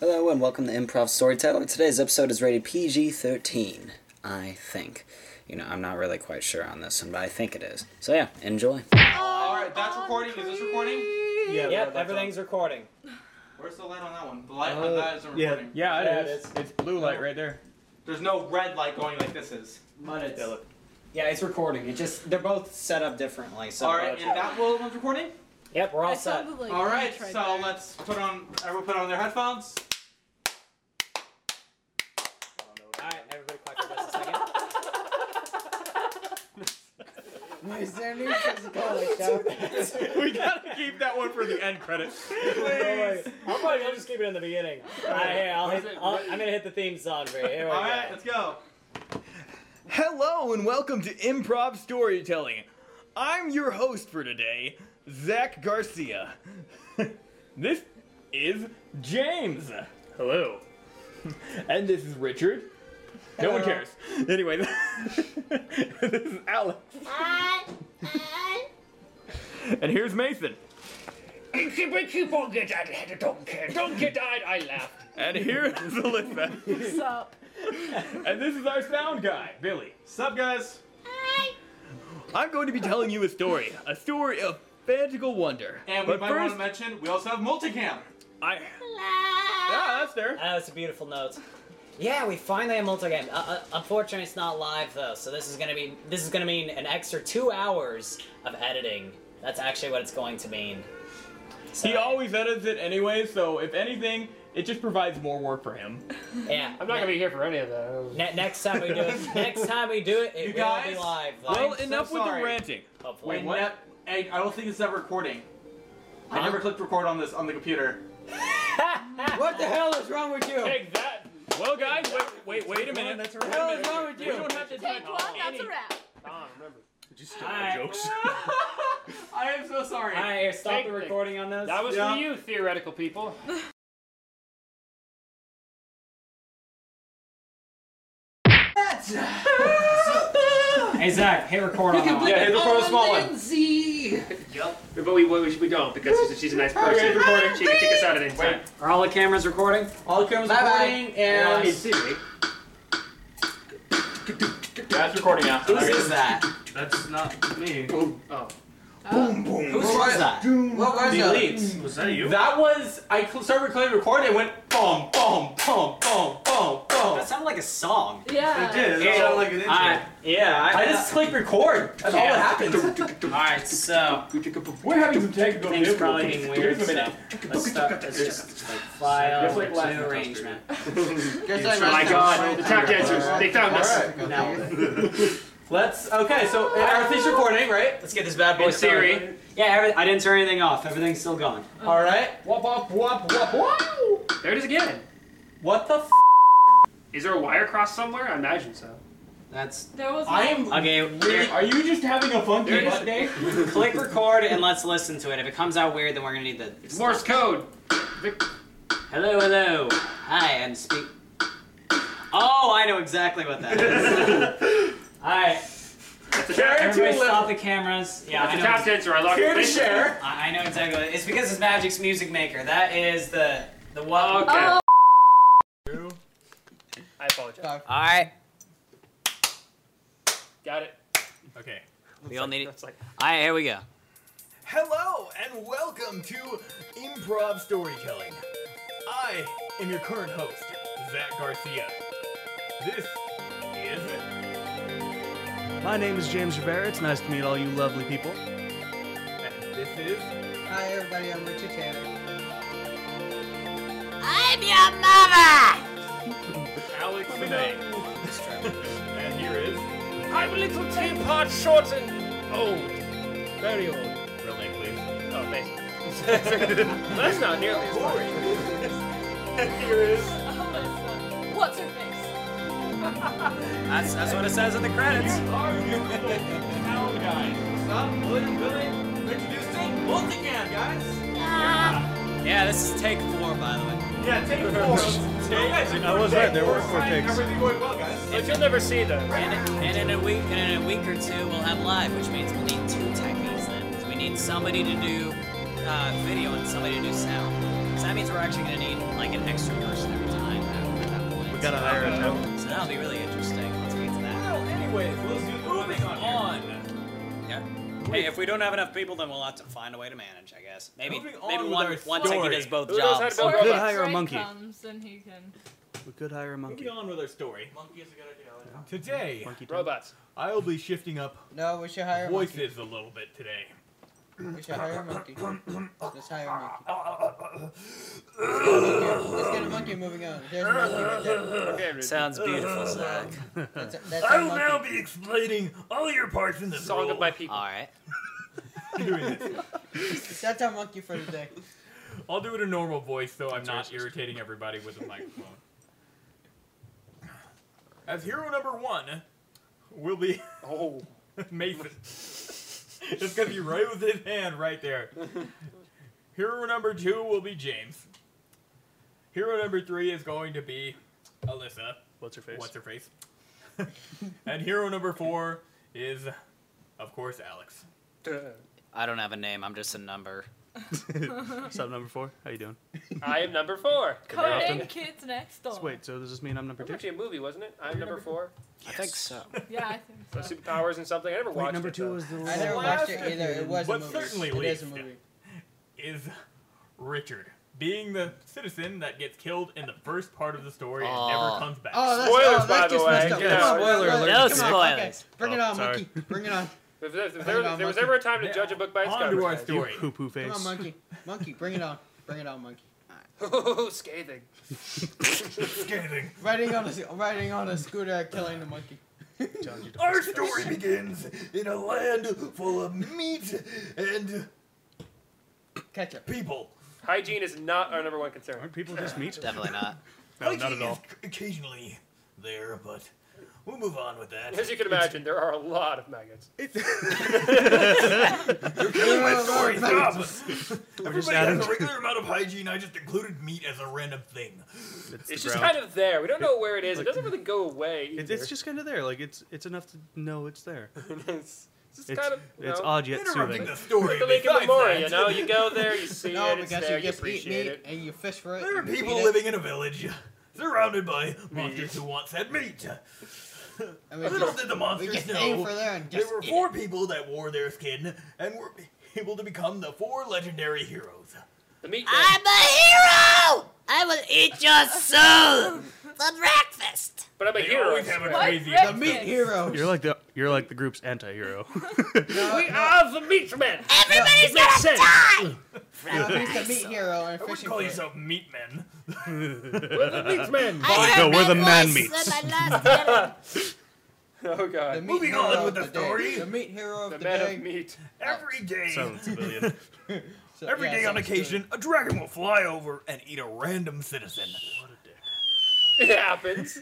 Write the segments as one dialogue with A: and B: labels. A: Hello and welcome to Improv Storyteller. Today's episode is rated PG 13, I think. You know, I'm not really quite sure on this one, but I think it is. So yeah, enjoy.
B: All right, that's recording. Is this recording?
C: Yeah,
D: Yep, everything's recording.
B: Where's the light on that one? The light on that isn't
C: Uh, yeah.
B: recording.
D: Yeah, it is.
C: It's blue light right there.
B: There's no red light going like this is.
D: Yeah, it's recording. It just they're both set up differently. So
B: All right, and that will one's recording.
D: Yep, we're all
E: That
D: set.
E: sounded like
B: All right,
E: lunch
B: so
E: right there.
B: let's put on. Everyone put on their headphones.
D: All right, everybody clap for just a second.
A: Is there any physical like that?
C: we gotta keep that one for the end credits.
D: I'm probably gonna just keep it in the beginning. All right, here, I'll hit, I'll, I'm gonna hit the theme song for you. Here we
B: All
D: go.
B: right, let's go.
C: Hello and welcome to Improv Storytelling. I'm your host for today, Zach Garcia. this is James. Hello. And this is Richard. No one cares. Anyway, this is Alex. and here's Mason. And here's Elizabeth.
E: What's up?
C: And this is our sound guy, Billy.
B: Sup, guys?
C: I'm going to be telling you a story, a story of magical wonder.
B: And we
C: but
B: might
C: first,
B: want to mention we also have multicam.
C: I. Yeah, that's there.
D: Ah, that's a beautiful note. Yeah, we finally have multi-game. Uh, uh, unfortunately, it's not live though, so this is gonna be this is gonna mean an extra two hours of editing. That's actually what it's going to mean. So,
C: He always edits it anyway, so if anything, it just provides more work for him.
D: yeah.
F: I'm not gonna be here for any of that.
D: Ne- next time we do it, next time we do it, it
B: You
D: will
B: guys,
D: be live.
C: Well,
B: so
C: enough with
B: sorry.
C: the ranting.
D: hopefully.
B: And
C: what?
B: that- and I don't think it's ever recording. I
D: Huh?
B: never clicked record on this on the computer.
A: what the hell is wrong with you?
F: Take that.
C: Well, guys, wait, wait, wait a
F: Oh,
C: minute. That's right.
A: What is wrong with
C: We don't have to do
E: Take one, that's a wrap.
F: Don, remember.
D: jokes.
B: I am so sorry.
D: All right, here, stop
F: Take
D: the
F: the-
D: recording on this.
F: That was
B: Yeah.
F: for you, theoretical people.
D: Hey Zach, hit record on. that one.
F: Yeah, hit the first small one.
B: Z.
F: Yep. But we, we, we don't because she's, she's a nice person.
B: Okay, recording.
F: She can kick us out at any time.
D: Are all the cameras recording?
B: All the cameras
A: Bye-bye.
B: recording and
F: Hey, Siri.
B: that's recording now.
A: Who is that?
F: That's not me. Oh.
A: Who was that? What was
B: The elites.
F: Was that you?
B: That was I cl- started recording, recording, it went boom, boom, boom, boom, boom, boom.
D: That sounded like a song.
E: Yeah.
B: It sounded like an intro.
D: Alright, yeah, uh,
B: I just clicked record. That's all
D: Yeah.
B: that happened.
D: Alright, so
C: We're having some technical
D: things probably being weird. So let's stop this. Just like file
F: Just like last
D: new
F: time.
D: arrangement.
F: Oh my god, the tap dancers. They found us.
D: Now,
B: Let's okay. So everything's recording, right?
D: let's get this bad boy
F: Hey,
D: started.
F: Siri.
D: Yeah, every, I didn't turn anything off. Everything's still going.
B: All right. Wop wop wop wop wow.
F: There it is again.
B: What the? F-
F: Is there a wire cross somewhere? I imagine so.
D: That's
E: There was
B: I am.
D: okay.
B: Really,
D: here,
B: are you just having a funky
F: There it is.
B: butt day?
D: click record and let's listen to it. If it comes out weird, then we're gonna need the
F: Morse code. Vic-
D: Hello, hello. Hi, I'm speak. Oh, I know exactly what that is. All right,
F: That's a
B: Carrot.
F: tap,
D: everybody,
B: Too little.
D: stop the cameras. Yeah,
F: that's
D: I
F: a
D: know.
F: tap dancer. I locked
B: Here
F: it
B: to
F: in.
B: share.
D: I I know exactly. What it is. It's because it's Magic's Music Maker. That is the the wow.
F: Okay.
E: Oh,
F: I apologize.
D: All right,
F: Got it.
C: Okay.
D: we all need it.
F: That's like.
D: All right, here we go.
C: Hello and welcome to Improv Storytelling. I am your current host, Zach Garcia. This is.
G: My name is James Rivera. It's nice to meet all you lovely people.
C: And this is.
A: Hi everybody, I'm Richard Tanner.
E: I'm your mama.
C: Alex Vinay. and here is
F: I'm a little teapot short and old. Very old.
C: real name, please.
F: Oh, thanks. That's not nearly as boring.
C: Here is
E: Oh, that's fun. What's her face?
D: That's that's what it says in the credits.
C: Sound Guy.
B: Stop. William, William. Introducing Multicam, guys.
D: Yeah, this is take four, by the way.
B: Yeah, take four. Take. I was right. There were four takes. Everything going well, guys.
F: But you'll never see them.
D: And, and in a week, and in a week or two, we'll have live, which means we'll need two techies then. 'cause We need somebody to do uh, video and somebody to do sound. Because that means we're actually going to need like an extra person every time at at that point.
F: We gotta hire a note.
D: So that'll be really interesting. Let's get to that.
B: Well, anyways, let's do moving on.
D: Yeah. Hey, if we don't have enough people, then we'll have to find a way to manage, I guess. Maybe
B: Moving on
D: maybe
B: with
D: one
B: our
D: one ticket
B: story.
D: does both
F: Who knows how to
D: jobs.
F: build-
H: Or
F: Good
H: if
C: hire a
H: Frank
C: monkey.
H: comes and he can.
C: We could hire a monkey.
B: Moving on with our story.
I: Monkey is a good idea.
B: Today,
C: Monkey time.
F: Robots.
B: I will be shifting up
J: No, we should hire a monkey.
B: voices a little bit today.
J: We should hire a monkey. Let's hire a monkey. Let's get a monkey. Let's get a monkey moving on. There's a monkey right there.
F: Okay, Ruth.
D: Sounds beautiful, Zach.
J: That's a, that's a monkey.
B: be explaining all your parts in the
F: Song of my people.
C: Ah,
D: All right.
J: That's our monkey for today.
B: I'll do it in normal voice so I'm not irritating everybody with the microphone. As hero number one will be
F: Oh.
B: Mason. it's gonna be right with his hand right there. Hero number two will be James. Hero number three is going to be Alyssa.
C: What's her face?
B: What's her face? and hero number four is, of course, Alex.
D: I don't have a name. I'm just a number.
C: What's up, number four? How you doing?
F: I am number four.
H: Coding kids next door.
C: Wait, so does this mean I'm number
F: That's
C: two?
F: actually a movie, wasn't it? I'm number four.
D: I think so.
H: Yeah, I think so.
F: So superpowers and something. I never watched
C: Wait, number
F: it,
C: two
F: though.
C: was the
J: I never watched it either. It was
B: But
J: a movie.
B: certainly
J: it is a
B: leaked.
J: movie.
B: Is Richard being the citizen that gets killed in the first part one of the story
D: Oh.
B: and never comes back?
J: Oh, that's,
F: Spoilers,
J: oh, that's
F: by the
J: just
F: way.
J: messed up.
F: Yeah,
J: Come on,
C: spoiler
J: let's-
C: alert.
J: let's-
D: No
J: come on, okay.
D: spoilers.
J: Bring it on,
C: sorry.
J: monkey. Bring it on.
F: If, there- if there,
J: Hang on,
F: there was
J: monkey.
F: ever a time to judge a book by its
B: On to our
F: cover.
B: story.
C: Poo poo face.
J: Come on, monkey. Monkey, bring it on. Bring it on, monkey.
F: Oh, scathing.
B: Scathing.
J: Riding on a riding on a scooter, killing the monkey.
B: Our story begins in a land full of meat and
J: Ketchup.
B: people.
F: Hygiene is not our number one concern.
C: Aren't people just meat?
D: Definitely not.
C: No, not at all.
B: Occasionally there, but we'll move on with that.
F: As you can imagine, there are a lot of maggots.
B: Everybody has a regular amount of hygiene. I just included meat as a random thing.
C: It's,
F: It's
C: the
F: just
C: ground.
F: kind of there. We don't know where it is. It doesn't really go away.
C: It's,
F: Either.
C: it's just kind of there. Like it's it's enough to know it's there.
F: it's, it's
C: It's
F: kind of you
C: it's
F: know,
C: odd yet
B: Interrupting
C: soothing.
B: the story.
F: like the lake in the
B: besides
F: morning.
B: that.
F: You know, you go there, you see
J: No,
F: it, it's
J: because
F: there,
J: you
F: you,
J: just eat
F: appreciate
J: meat
F: it.
J: and you fish for it.
B: There are
J: and you
B: people
J: eat it,
B: living in a village surrounded by monsters who want said meat.
J: and we
B: Little
J: just-
B: did the
J: We
B: monsters
J: just aim for
B: know
J: there and
B: there
J: just
B: were
J: eat
B: four
J: it.
B: people that wore their skin and were able to become the four legendary heroes.
F: The meat. man.
H: I'm a hero! I will eat your soul for breakfast!
F: But I'm a
B: They
F: hero.
B: always have a
H: What?
B: crazy.
H: Breakfast.
J: The meat heroes.
C: You're like the you're like the group's anti-hero.
F: We are the meat men.
H: Everybody's
F: Makes
H: gonna
F: sense.
H: die!
J: Now he's the meat hero
B: I
J: and
B: wouldn't
J: fishing
B: call
J: for it. Oh.
B: yourself meat men.
F: We're the meat men.
H: I
C: no,
H: heard
C: we're
H: my
C: the man
H: voice
C: meats.
H: when I last did it.
F: Oh
J: The
F: god.
J: meat
B: Moving
J: hero
B: on with
J: of
B: the
J: day.
B: story.
J: The meat hero of
F: The
J: the,
F: man
J: day.
F: of meat.
B: Every day,
C: Sounds civilian.
J: So-
B: every
J: yeah,
B: day on
J: sounds good.
B: occasion, a dragon will fly over and eat a random citizen.
F: It happens.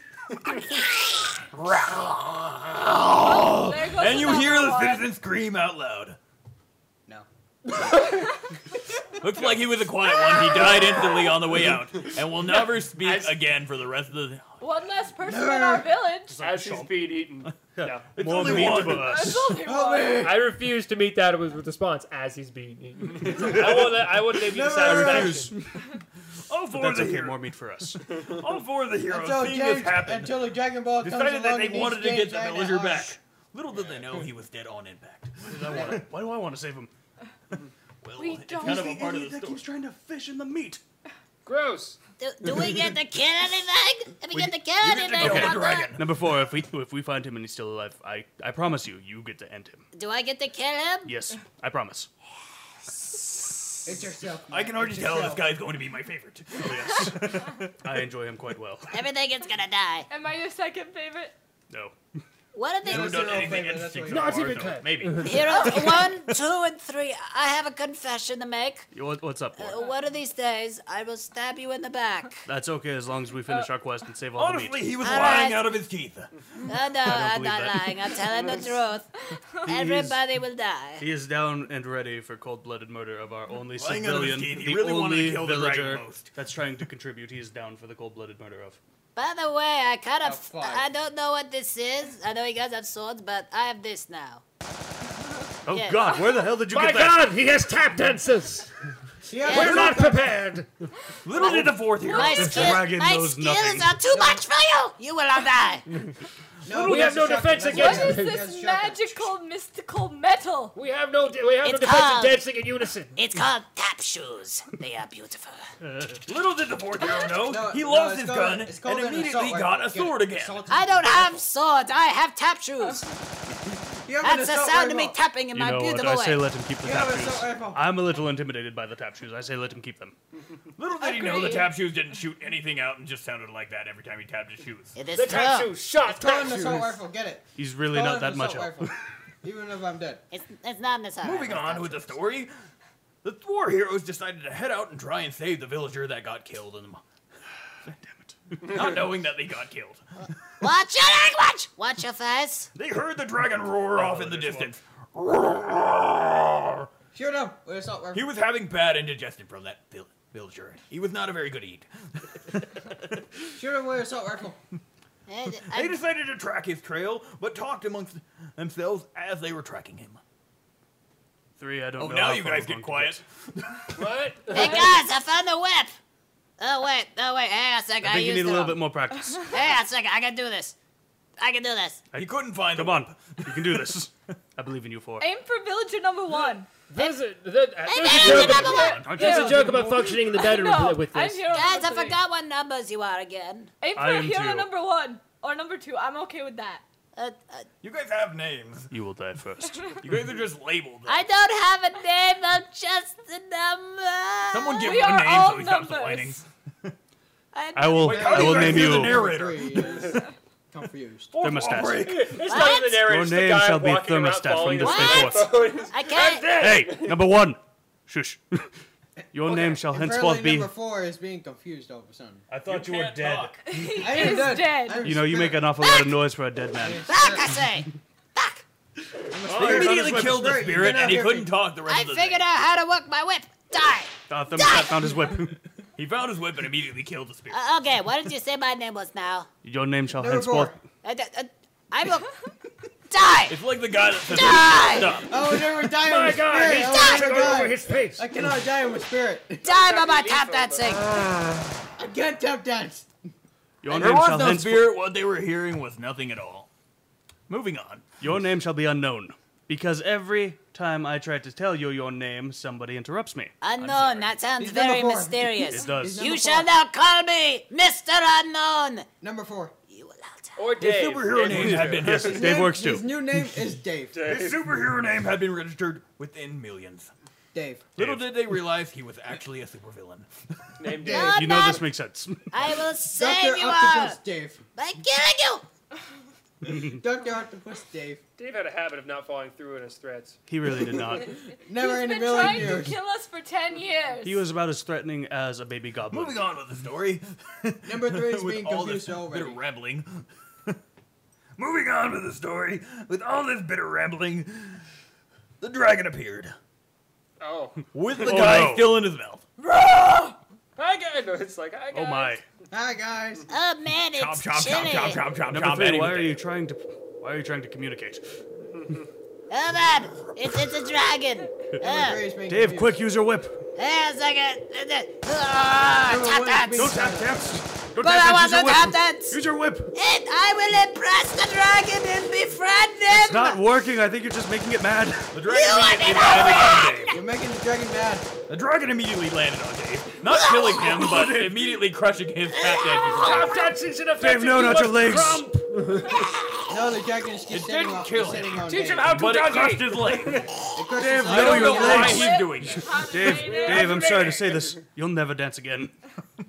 H: There goes
B: And you
H: another
B: hear the
H: one.
B: citizen scream out loud.
J: No.
B: Looks like he was a quiet one. He died instantly on the way out and will never speak again for the rest of the.
H: One less person in our village.
F: As he's being eaten. No.
B: It's
C: More
B: only
C: meat
B: one.
C: for us.
H: There's only
J: Oh,
H: one.
F: I refuse to meet that with with response as he's being eaten. I won't let, I won't give you the satisfaction.
B: All four of
C: That's
B: Oh, the
C: okay.
B: hero-
C: More meat for us.
B: all four of the heroes
J: Until
B: seeing
J: James,
B: this happen
J: until the Dragon Ball comes
B: decided that
J: along
B: they
J: and eats
B: wanted to
J: James
B: get the
J: right in
B: villager
J: arse.
B: back. Little did they know he was dead on impact.
C: Why do I want to save him?
B: Well,
H: We
B: it's
H: don't-
B: kind of
C: The
B: a part
C: idiot
B: of the
C: that keeps
B: story.
C: trying to fish in the meat.
F: Gross.
H: Do, do we get to kill anything? If we, get to kill
B: get to
H: anything,
B: kill
H: I
B: the
H: want
B: dragon.
C: Number four. If we if we find him and he's still alive, I I promise you, you get to end him.
H: that. Do I get to kill him?
C: Yes, I promise.
J: It's yourself.
B: I can already tell this guy's going to be my favorite.
C: Yes, I enjoy him quite well.
H: Everything is gonna die.
E: Am I your second favorite?
C: No,
H: What if they
J: You're
B: Never
J: Zero
B: done anything
J: favorite,
B: interesting.
J: that's
B: so
J: what
F: you
B: far,
F: are.
B: though. Maybe.
H: Heroes Uh, one, two, and three. I have a confession to make.
C: You- what- what's up,
H: Uh,
C: Lord?
H: one of these days, I will stab you in the back.
C: That's okay as long as we finish our quest and save all the
B: Honestly,
C: meat.
B: he was
H: All
B: lying
H: right.
B: out of his teeth.
H: Uh, no, I'm
C: believe
H: not
C: that.
H: lying. I'm telling the truth.
C: He-
H: Everybody will die.
C: He is down and ready for cold-blooded murder of our only
B: Lying under his
C: civilian,
B: teeth, he
C: the
B: really wanted to
C: only
B: kill the
C: villager
B: dragon most.
C: that's trying to contribute. He is down for the cold-blooded murder of.
H: By the way, I kind
J: Oh,
H: of.
J: fuck.
H: I don't know what this is. I know you guys have swords, but I have this now.
C: Oh
H: Yes.
C: God, where the hell did you
F: My
C: get that?
F: God, he has tap dances.
J: Yeah,
F: We're not prepared.
C: Little did the fourth year
H: My,
C: this
H: skill,
C: dragon
H: my
C: knows
H: skills
C: nothing.
H: are too much for you. You will all die.
J: No,
F: We have no
J: shotgun.
F: defense
J: Let's
F: against
E: What
J: shotgun.
E: is
J: Let's
E: this
J: shotgun.
E: magical, mystical metal?
F: We have no we have no
H: It's
F: defense of
H: called-
F: dancing in unison.
H: It's called tap shoes. They are beautiful.
C: Little did the fourth year know.
J: No,
C: he
J: no,
C: lost
J: it's
C: his
J: called-
C: gun
J: it's called
C: and
J: an
C: immediately
J: assault
C: got a
J: rifle.
C: sword again.
J: Assault-
H: I don't have swords. I have tap shoes.
J: You have an
H: That's the
J: assault
H: sound of me
J: rifle.
H: tapping in
C: You
H: my
C: know what?
H: beautiful
C: I
H: way.
C: say let him keep the
J: You have
C: tap
J: an assault
C: shoes.
J: rifle.
C: I'm a little intimidated by the tap shoes. I say let him keep them.
B: Little did he know the
E: Agreed.
B: tap shoes didn't shoot anything out and just sounded like that every time he tapped his shoes.
H: It is
F: The tap
H: true.
F: shoes shot
J: Call
F: tap
J: an assault
F: shoes.
J: rifle. Get it.
C: He's really
J: Call
C: not
J: it
C: that
J: an
C: much
J: assault
C: help.
J: rifle. Even if I'm dead.
H: It's, it's not necessary.
B: Moving on with the story, the war heroes decided to head out and try and save the villager that got killed in the. mo- Damn it. Not knowing that they got killed.
H: Watch your language. Watch your face.
B: They heard the dragon roar off in the distance.
J: Shoot him with assault rifle.
B: He was having bad indigestion from that vil- villager. He was not a very good eat.
J: Shoot him with assault rifle.
H: Eh,
B: They
H: I-
B: decided to track his trail, but talked amongst themselves as they were tracking him.
C: Three, I don't
B: Oh,
C: know.
B: now
C: how
B: you
C: far
B: guys get
C: along to
B: quiet.
F: What?
H: Hey guys, I found the whip. Oh wait, no wait. Hang on a second.
C: I
H: I,
C: think you
H: used
C: need a little
H: it
C: bit
H: all.
C: more practice.
H: Hang on a second. I can do this. I can do this.
B: He couldn't find
C: Come on, you can do this. I believe in you four.
E: Aim for villager number one.
F: There's a, there- there's,
H: Hey,
F: a
H: hey,
F: joke,
H: number one.
C: Aren't you-
F: there's a joke about functioning in the bedroom
E: No,
F: with
E: I'm
F: this.
E: hero
H: Guys,
E: number
H: I
E: three.
H: forgot what numbers you are again.
E: Aim
C: I
E: for
C: am
E: hero
C: too.
E: number one or number two. I'm okay with that.
H: Uh, uh,
B: You guys have names.
C: You will die first.
B: You guys are just labeled.
H: I don't have a name. I'm just a number.
B: Someone give
E: We
B: him a
E: are
B: name
E: all
B: so he stops
E: numbers.
B: whining.
C: I will.
B: Wait, how
C: I
B: do you
C: will
B: guys
C: name
B: do the
C: you.
B: narrator?
J: Confused. Confused.
C: Their mustache.
F: It's not the narrator.
C: Your
F: it's the
C: name
F: guy
C: shall be
F: walking around
C: thermostat
F: following
C: from
F: the
C: this
H: What?
C: day forth.
H: I can't.
C: Hey, number one. Shush. Your name shall
J: Apparently
C: henceforth be.
J: number four is being confused all of a sudden.
C: I thought you, were
B: Can't talk.
J: I am
E: is
J: dead.
E: dead.
J: I'm
C: You know, you make an awful lot of noise for a dead man.
H: Back, I say. Back.
B: They immediately
C: Spirit.
B: killed the
J: Spirit, you
B: spirit,
J: cannot
B: and he
J: hear
B: couldn't
J: me.
B: talk the rest
H: I
B: of the
H: figured
B: day.
H: out how to work my whip. Die.
C: Uh,
H: Die!
C: Thermostat found his whip.
B: He found his whip and immediately killed the spirit.
H: Uh, okay, what did you say my name was now?
C: Your name shall
J: Number
C: henceforth.
J: four.
H: Uh, uh, I will die.
B: It's like the guy that said,
H: Die.
B: "Stop."
J: I will never die
F: My
J: with
F: God,
J: spirit.
F: he's
J: I will
H: dead.
J: never
F: going over
J: die.
F: his face.
J: I cannot die with spirit.
H: Die, Mama. Tap dancing.
J: I can't tap dance.
C: Your
B: There
C: name
B: was
C: shall
B: no
C: henceforth.
B: spirit. What they were hearing was nothing at all. Moving on.
C: Your name shall be unknown, because every time I try to tell you your name, somebody interrupts me.
H: Unknown. That sounds
J: He's
H: very
J: number four.
H: mysterious.
C: It does.
H: You
J: Number
H: shall
J: four.
H: now call me Mr. Unknown.
J: Number four.
H: You will all die.
F: Or Dave.
B: Superhero name had been registered.
C: Dave works
J: His
C: too.
J: new name is Dave.
B: His superhero name had been registered within millions.
J: Dave.
B: Little did they realize he was actually a supervillain.
J: Dave.
H: No,
C: You know
H: no,
C: this makes sense.
H: I will
J: Doctor
H: save you all
J: Octopus Dave.
H: by killing you.
J: Doctor Octopus Dave.
F: Dave had a habit of not following through on his threats.
C: He really did not.
J: Never
E: He's
J: in a
E: been
J: million
E: trying to
J: years.
E: kill us for ten years.
C: He was about as threatening as a baby goblin.
B: Moving on with the story.
J: Number three is
B: with
J: being
B: all this
J: confused already.
B: bitter rambling. Moving on with the story. With all this bitter rambling, the dragon appeared.
F: Oh.
B: With the
C: Oh,
B: guy
C: no.
B: still in his mouth.
F: Hi, guys. No, it's like, hi,
C: Oh
F: guys.
C: my.
J: Hi guys.
H: Oh man,
B: Chop,
H: it's
B: chop, chop,
H: chilly.
B: chop, chop, chop,
C: Number
B: chop.
C: three.
B: Eddie
C: Why
B: was
C: are
B: there.
C: you trying to? Why are you trying to communicate?
H: Oh man, it's, it's a dragon.
J: Number
H: Uh,
J: three is being
C: Dave,
J: confused.
C: quick, use your whip.
H: hey, a second. Ah,
J: Number
H: tap
J: one is
H: dance.
J: being
C: Don't tap dance. Don't
H: But I
C: tap dance.
H: want
C: Use your
H: to tap
C: whip.
H: dance.
C: Use your whip.
H: And I will impress the dragon and befriend him.
C: It's not working. I think you're just making it mad.
B: The
H: You
B: dragon,
H: are the
B: landed on Dave.
J: You're making the dragon mad.
B: the dragon immediately landed on Dave. Not killing him, but immediately crushing his fat dad.
F: Stop dancing is enough.
C: Dave, no, not your legs.
J: No, the dragon is just sitting
B: didn't
J: on
B: kill
J: sitting
B: him.
J: on
F: Teach
J: Dave.
F: him how to
B: But it crushed
F: doggy.
B: his leg.
J: It crushes
C: Dave,
J: his
C: I
B: I
C: know
B: don't
J: legs.
C: your
B: know why
C: legs.
B: he's doing it.
C: Dave, Dave, I'm sorry to say this. You'll never dance again.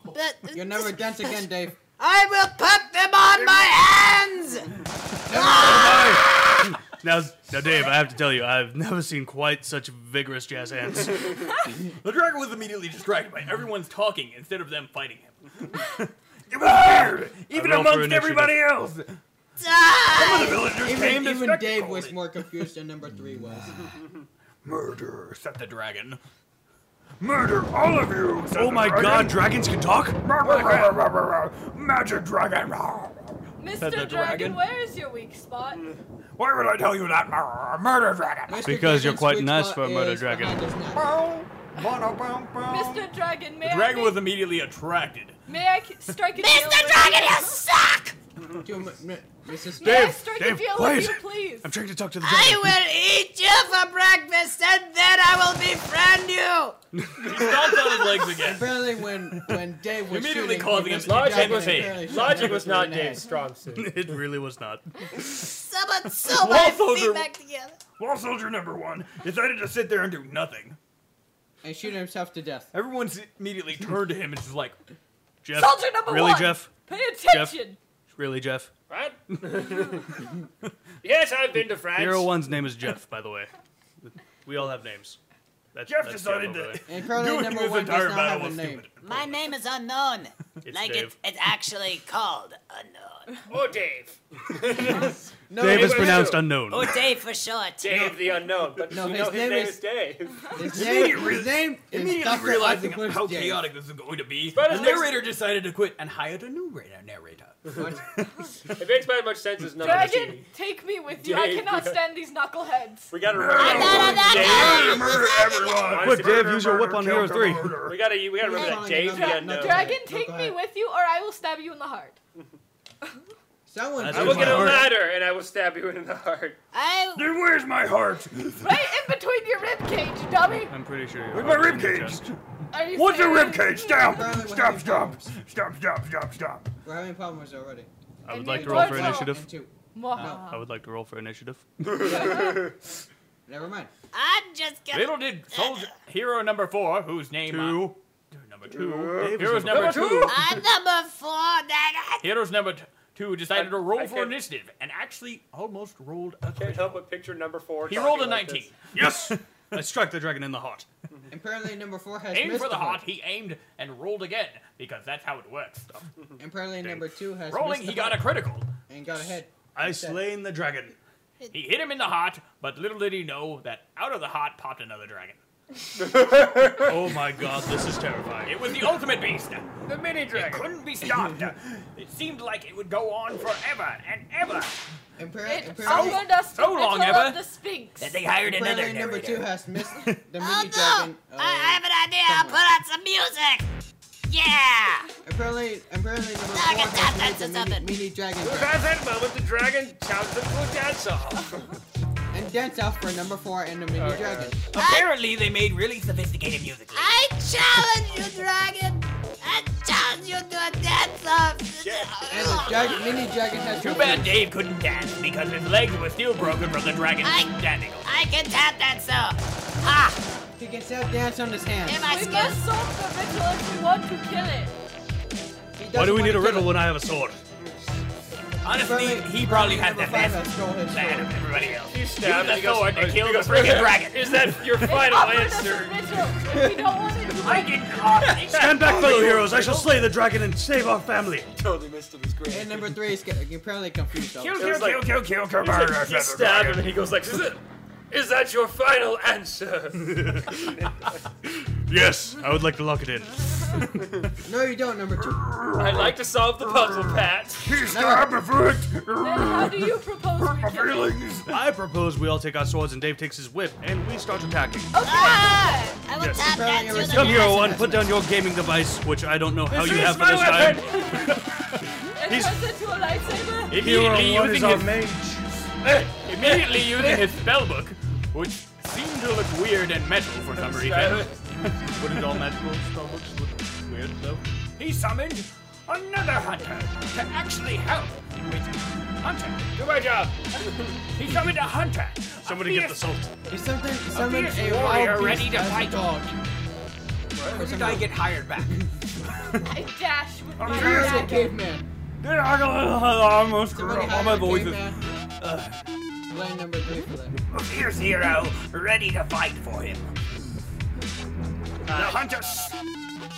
H: But-
J: You'll never dance again, Dave.
H: I will put them on my hands.
C: Now, now, Dave, I have to tell you, I've never seen quite such vigorous jazz hands.
B: The dragon was immediately distracted by everyone's talking instead of them fighting him. it was weird, even
C: roll for
B: amongst
C: initiative.
B: everybody else. The
H: Die.
B: villagers came
J: Even,
B: to
J: even
B: spectacle
J: Dave was
B: it.
J: more confused than number three was.
B: Murder, said the dragon. Murder all of you! said
C: oh
B: the
C: my god,
B: dragon.
C: dragons can talk?
B: Magic dragon!
E: Mr.
B: the
E: Dragon,
B: dragon.
E: where is your weak spot?
B: Why would I tell you that? Murder dragon!
J: Mr.
C: Because you're
J: Dragon's
C: quite
J: sweet
C: nice
J: spot
C: for a murder
J: is
C: dragon.
J: behind his neck.
E: Mr. Dragon, may
C: The
E: I
C: dragon
E: make-
C: was immediately attracted.
E: May I k- strike a deal
H: Mr.
E: with
H: Dragon,
E: you?
H: you suck!
J: Do m- m- Mrs.
E: May I
C: Dave,
E: strike a
C: Dave,
E: deal
C: quiet.
E: with you, please?
C: I'm trying to talk to the
H: I
C: dragon.
H: will eat you for breakfast and then I will befriend you!
C: Stomped on his legs again.
J: Apparently, when when Dave was
C: Immediately
J: shooting,
C: called
J: he
C: against
J: was-
C: Logic
J: Dragon
C: was-
J: apparently shot
F: Logic
J: him
F: was
J: through the
F: not
J: neck.
F: Dave's strong suit.
C: It really was not.
H: Someone sew my
C: Waffles
H: feet
C: are-
H: back together.
C: Wall soldier number one decided to sit there and do nothing.
J: And shooting himself to death.
C: Everyone's immediately turned to him and just like, Jeff,
E: Soldier number
C: really,
E: one.
C: Jeff,
E: Pay attention.
C: really, Jeff.
F: Right? yes, I've been to France.
C: Hero one's name is Jeff, by the way. We all have names. That's,
G: Jeff
C: that's
G: decided
C: Jeff over
G: that-
J: And currently, number one does not have a name.
H: My name is unknown.
C: there. It's
H: like
C: Dave.
H: it, it's actually called unknown.
F: Oh, Dave.
J: No,
C: Dave is
F: Dave-
C: pronounced unknown.
H: Or Dave for short.
F: Dave the unknown. But
J: No,
F: you
J: his
F: know
J: name
F: name
J: is-
F: is Dave.
J: his name, his name is
C: Immediately
J: Dr.
C: realizing
J: Octopus
C: how
J: Dave.
C: chaotic this is going to be,
F: But
C: the
F: it makes-
C: narrator decided to quit and hired a new ra- narrator.
F: It makes about as much sense as number two.
E: Dragon, take me with you. I
F: Dave.
E: cannot stand these knuckleheads.
F: We gotta
H: I'm
F: remember.
H: not a knockout!
F: Honestly,
C: use your whip on Hero 3.
F: we gotta we gotta remember that
J: Fine,
F: Dave
J: no,
F: the
J: no,
F: unknown.
J: Go
E: Dragon,
J: ahead,
E: take
J: go
E: me
J: ahead.
E: with you, or I will stab you in the heart.
J: Someone
C: I
F: I
J: do
F: will
C: Where's
F: get
C: my
F: a
C: heart?
F: ladder and I will stab you in the heart.
H: I
G: Then where's my heart?
E: Right in between your rib cage, dummy.
C: I'm pretty sure you're
G: Where's my rib cage?
E: Are you
G: What's a
E: serious?
G: rib cage? Stop!
J: Apparently we're
G: Stop!
J: having
G: Stop!
J: problems.
G: Stop! Stop! Stop! Stop!
J: We're having problems already.
C: I would
E: And
C: like
E: you
C: to roll
E: are
C: for
E: tall.
C: initiative.
J: And two.
E: Mwah.
C: I would like to roll for initiative.
J: Never mind.
H: I'm just gonna
C: Little
H: did
C: soldier-
F: Hero number four, whose name
C: Two. Number two. Dave is
F: Heroes
C: number,
F: number
C: two.
F: two.
H: I'm number four, dang it!
F: Heroes number t- two decided to roll
C: I
F: for
C: can't-
F: initiative and actually
C: Almost rolled a
F: can't
C: crit.
F: help but picture number four.
C: He
F: talking
C: rolled a
F: like
C: 19.
F: this.
G: Yes!
C: I struck the dragon in the heart.
J: Apparently, number four has
F: Aim
J: missed
F: for the
J: the
F: heart.
J: heart.
F: He aimed and rolled again because that's how it works.
J: Apparently, number two has
F: Rolling,
J: missed the
F: he got a
J: heart
F: critical.
J: and got a head.
C: I
J: Instead.
C: slain the dragon.
F: He hit him in the heart, but little did he know that out of the heart popped another dragon.
C: Oh my god, this is terrifying.
F: It was the ultimate beast. The mini dragon. It couldn't be stopped. it seemed like it would go on forever and ever.
J: Apparently,
E: It
J: apparently,
E: summoned us to
F: so long,
E: Battle of
F: Emma.
E: the Sphinx.
F: That they hired another
J: apparently number
F: narrator.
J: two has missed the
H: Oh
J: mini
H: no!
J: dragon.
H: I, I have an idea, I'll
J: somewhere.
H: put on some music! Yeah!
J: Apparently, apparently number four
H: I got that,
J: has missed
H: that's
J: the mini,
H: something.
J: mini dragon
F: At that moment, the dragon shouts the cool dance off.
J: and dance off for number four and the mini dragon.
C: Apparently, they made really sophisticated music.
H: I challenge you, dragon! I challenge you to a dance off!
J: And the dragon, mini dragon has
F: Too bad Dave couldn't dance because his legs were still broken from the dragon
H: I-
F: standing on.
H: I can tap that so! Ha!
J: He can still dance on his
H: In
J: hands.
H: my
E: We
H: skin!
E: must solve the riddle if we want to kill it.
J: He
C: Why do we need a
J: doesn't want to kill
C: riddle
J: him.
C: when I have a sword?
F: Honestly, he probably had the
J: number five
F: best
J: has stolen his
F: plan
J: sword.
F: of everybody else.
G: You
F: Use
G: stabbed
F: the sword to kill the friggin' dragon.
G: Is that your
E: They
G: final
E: offered us a
G: answer?
E: riddle. If we don't want to do
F: I
E: it,
F: didn't offer it.
C: Stand back, fellow heroes! I shall slay the dragon and save our family!
K: Totally missed him. It's great.
J: And number three is get- apparently confused. also.
G: It was like-
C: kill, kill, kill,
G: He's like, he stabbed him and he goes like, is, it, is that your final answer?
C: Yes, I would like to lock it in.
J: No, you don't, number two.
G: I'd like to solve the puzzle, Pat.
C: He stabbed the foot!
E: then how do you propose we kill it?
C: I propose we all take our swords and Dave takes his whip and we start attacking.
E: Okay.
H: I will tap
J: Apparently
H: that
J: it
H: to
J: was-
H: the
C: Come,
H: dance.
C: Hero One, put down your gaming device, which I don't know how you have for this time.
E: It turns into a lightsaber.
G: Immediately
C: Hero One is
G: using
C: our
G: his-
C: mage.
F: Immediately using his spellbook, which seemed to look weird and metal for some reason.
C: Wouldn't all magical spellbooks look weird though?
F: He summoned another hunter to actually help with Hunter. Do my job. he summoned a hunter. a
C: Somebody get the
F: fierce-
C: salt.
J: If something, summon
F: fierce
J: a
F: warrior
J: wild beast
F: ready to
J: as a
F: fight.
J: dog.
F: Where did I get hired back?
E: I dash with my
J: Here's a
E: dagger.
J: caveman.
C: Almost
J: Somebody
C: all
J: hire
C: my
J: a
C: voices.
J: caveman. Blame number three for that.
F: Here's Hero, ready to fight for him. The hunter s-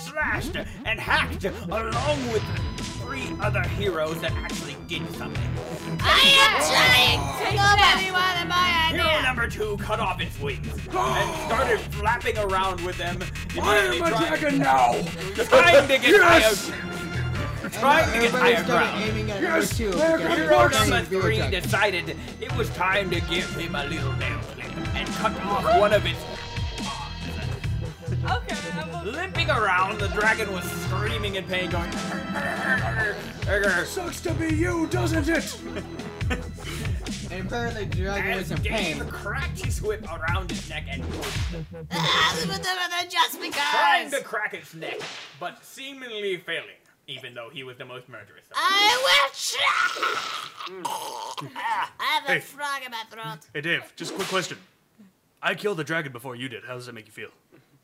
F: slashed and hacked along with three other heroes that actually did something.
H: I am trying to
E: Take
H: love
E: that.
H: everyone in my
F: Hero
H: idea!
F: number two cut off its wings and started flapping around with them. I am attacking now! Trying to get higher, trying to get
J: Everybody
F: higher
J: started
F: ground.
J: aiming at number two. because
F: Hero
J: number three
F: number
J: is Vera
F: three
J: Jack.
F: decided it was time to give him a little nail clip and cut off one of its Limping around, the dragon was screaming in pain, going. Sucks to be you, doesn't it?
J: And apparently, the dragon was in
F: Gabe
J: pain.
F: cracked his whip around his neck and
H: Just
F: trying to
H: because.
F: crack its neck, but seemingly failing, even though he was the most murderous. of
H: I will try. I have a
C: Hey.
H: frog in my throat.
C: Hey, Dave, just a quick question. I killed the dragon before you did. How does that make you feel?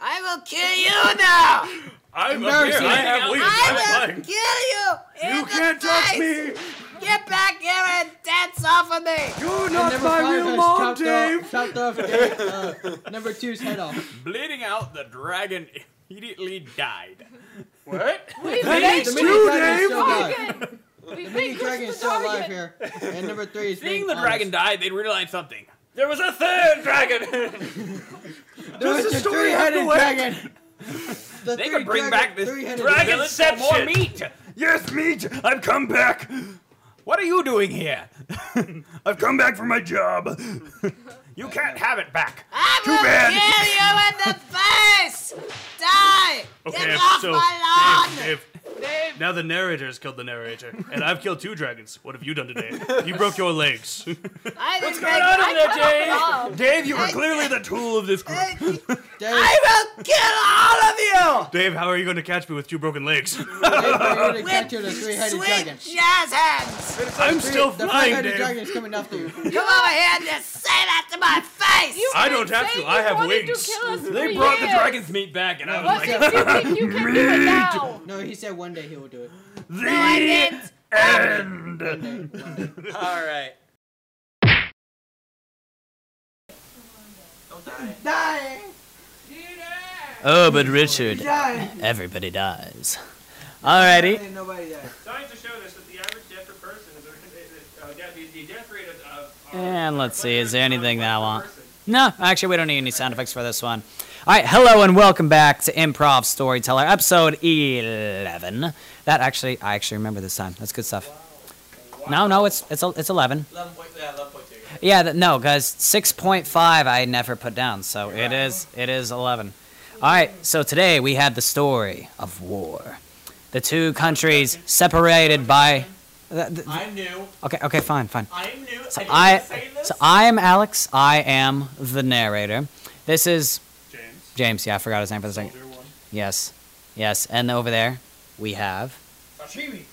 H: I will kill you now.
C: I'm up
H: Mercy.
C: here. I have wings.
H: I
C: I'm
H: will
C: flying.
H: kill you. in
C: You
H: the
C: can't touch
H: face.
C: me.
H: Get back here and dance off of me.
C: You're
J: And
C: not
J: number
C: my
J: five
C: real
J: has
C: mom,
J: chopped
C: Dave.
J: Off, chopped off Dave, uh, number two's head off.
F: Bleeding out, the dragon immediately died.
K: What?
E: Wait,
C: Thanks,
J: The
E: wait,
J: mini
C: True,
J: dragon is
C: Dave.
J: still alive.
E: Dragon! We
J: The mini
E: wait,
J: dragon is
E: where's the
J: still alive
E: dragon?
J: here. And number three is
F: Seeing
J: being
F: the dragon
J: honest.
F: die, they realized something.
K: There was a third dragon.
J: There was
C: the
J: a
C: story
J: three-headed
C: have to wait?
J: dragon. The
F: They
J: three
F: could bring
J: dragon-
F: back this
J: three-headed
F: dragon
K: dragon
F: for more
K: section.
F: meat.
C: Yes, meat. I've come back.
F: What are you doing here?
C: I've come back for my job.
F: You can't have it back.
H: I will
C: bad.
H: kill you in the face. Die.
C: Okay,
H: Get off
C: so
H: my lawn.
C: Dave, Dave,
E: Dave,
C: now the narrator's killed the narrator, and I've killed two dragons. What have you done today? You broke your legs.
H: I didn't
K: Get out of there, Jay.
E: oh,
C: Dave, you were clearly the tool of this group.
H: make Dave,
J: Dave,
H: I will kill all of you.
C: Dave, how are you going to catch me with two broken legs?
J: Dave, we're gonna catch you, the three-headed
H: Sweet
J: dragon.
H: jazz hands.
C: I'm
J: Three-
C: still
J: the
C: flying,
J: three-headed
C: Dave.
J: dragon is coming after you.
H: Come over here and just say that to my face.
E: you
C: I
E: keep
C: don't have to,
E: saying
C: I
E: you
C: have
E: wanted
C: wings.
E: To kill us
F: They
E: for
F: brought the
E: years.
F: dragon's meat back, and I was
E: What
F: like,
E: makes you think you can do it now?
J: No, he said one day he will do it.
H: no, I didn't.
A: All right.
J: Die!
D: Oh, but Richard,
J: Die!
D: everybody dies.
J: Alrighty. Ain't nobody died.
K: Science has shown us that the average death per person is uh, death, the, the death rate of. of of-
D: And let's see, is there anything that I want?
K: person.
D: No, actually, we don't need any sound effects for this one. All right, hello and welcome back to Improv Storyteller, episode 11. That actually, I actually remember this time. That's good stuff. No, no, it's it's it's 11. Yeah, th- no, guys, 6.5 I never put down, so it is it is 11. All right, so today we had the story of war. The two countries separated by th- th-
K: I'm new.
D: Okay, okay, fine, fine.
K: I'm new.
D: So
K: didn't
D: I,
K: say
D: so I am Alex. I am the narrator. This is
K: James.
D: James. Yeah, I forgot his name for the second.
K: one.
D: Yes, yes. And over there, we have.
K: Sashimi.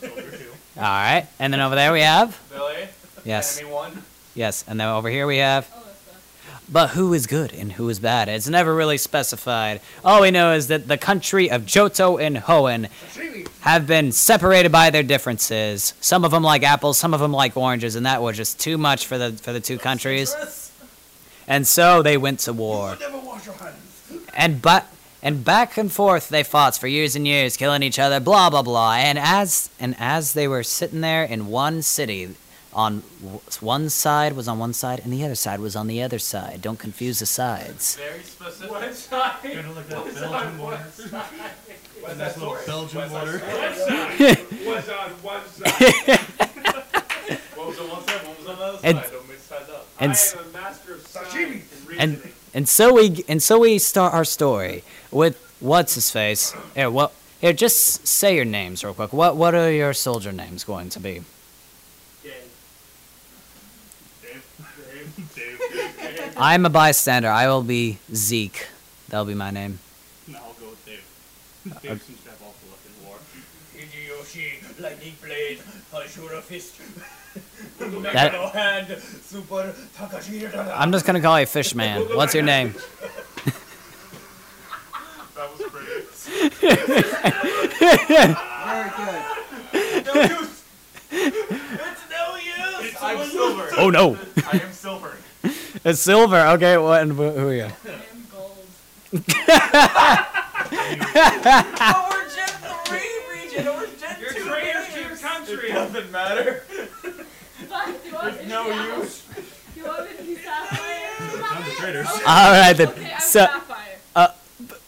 K: Soldier two.
D: All right. And then over there we have.
K: Billy.
D: Yes,
K: Enemy one.
D: yes. And then over here we have. But who is good and who is bad? It's never really specified. All we know is that the country of Johto and Hoenn have been separated by their differences. Some of them like apples, some of them like oranges, and that was just too much for the for the two countries. And so they went to war. And but and back and forth they fought for years and years, killing each other, blah blah blah. And as and as they were sitting there in one city, on w- one side was on one side and the other side was on the other side. Don't confuse the sides.
K: Very specific. What side? You're gonna look at Belgian water. Was that story?
C: Belgian water.
K: What side? Was on one side. What was on one side? What was on the other
D: And-
K: side? Don't mix sides up. I am
D: and s-
K: a master of sashimi and
D: and
K: reasoning.
D: and so we and so we start our story with what's his face here what here just say your names real quick what what are your soldier names going to be
K: Dave. Dave. Dave. Dave. Dave. Dave.
D: i'm a bystander i will be zeke that'll be my name
K: No, I'll go with Dave. Dave seems to have awful luck in war. Hideyoshi, lightning blade, Ashura fist,
D: That-
K: hand, super Takashira.
D: i'm just gonna call you fishman what's your name
K: That was brave.
J: Very good.
K: No use! it's no use! I'm silver.
D: oh no
K: I am silver.
D: it's silver okay what and who who are you
E: Damn gold.
K: But we're Gen 3 region, we're Gen You're 2 You're traitors to your country! It doesn't matter.
E: Fuck, do you want
K: No
E: Indiana?
K: use.
E: Do you want me to be sapphire? Okay,
D: all right then
E: okay, I'm
D: so
E: sapphire.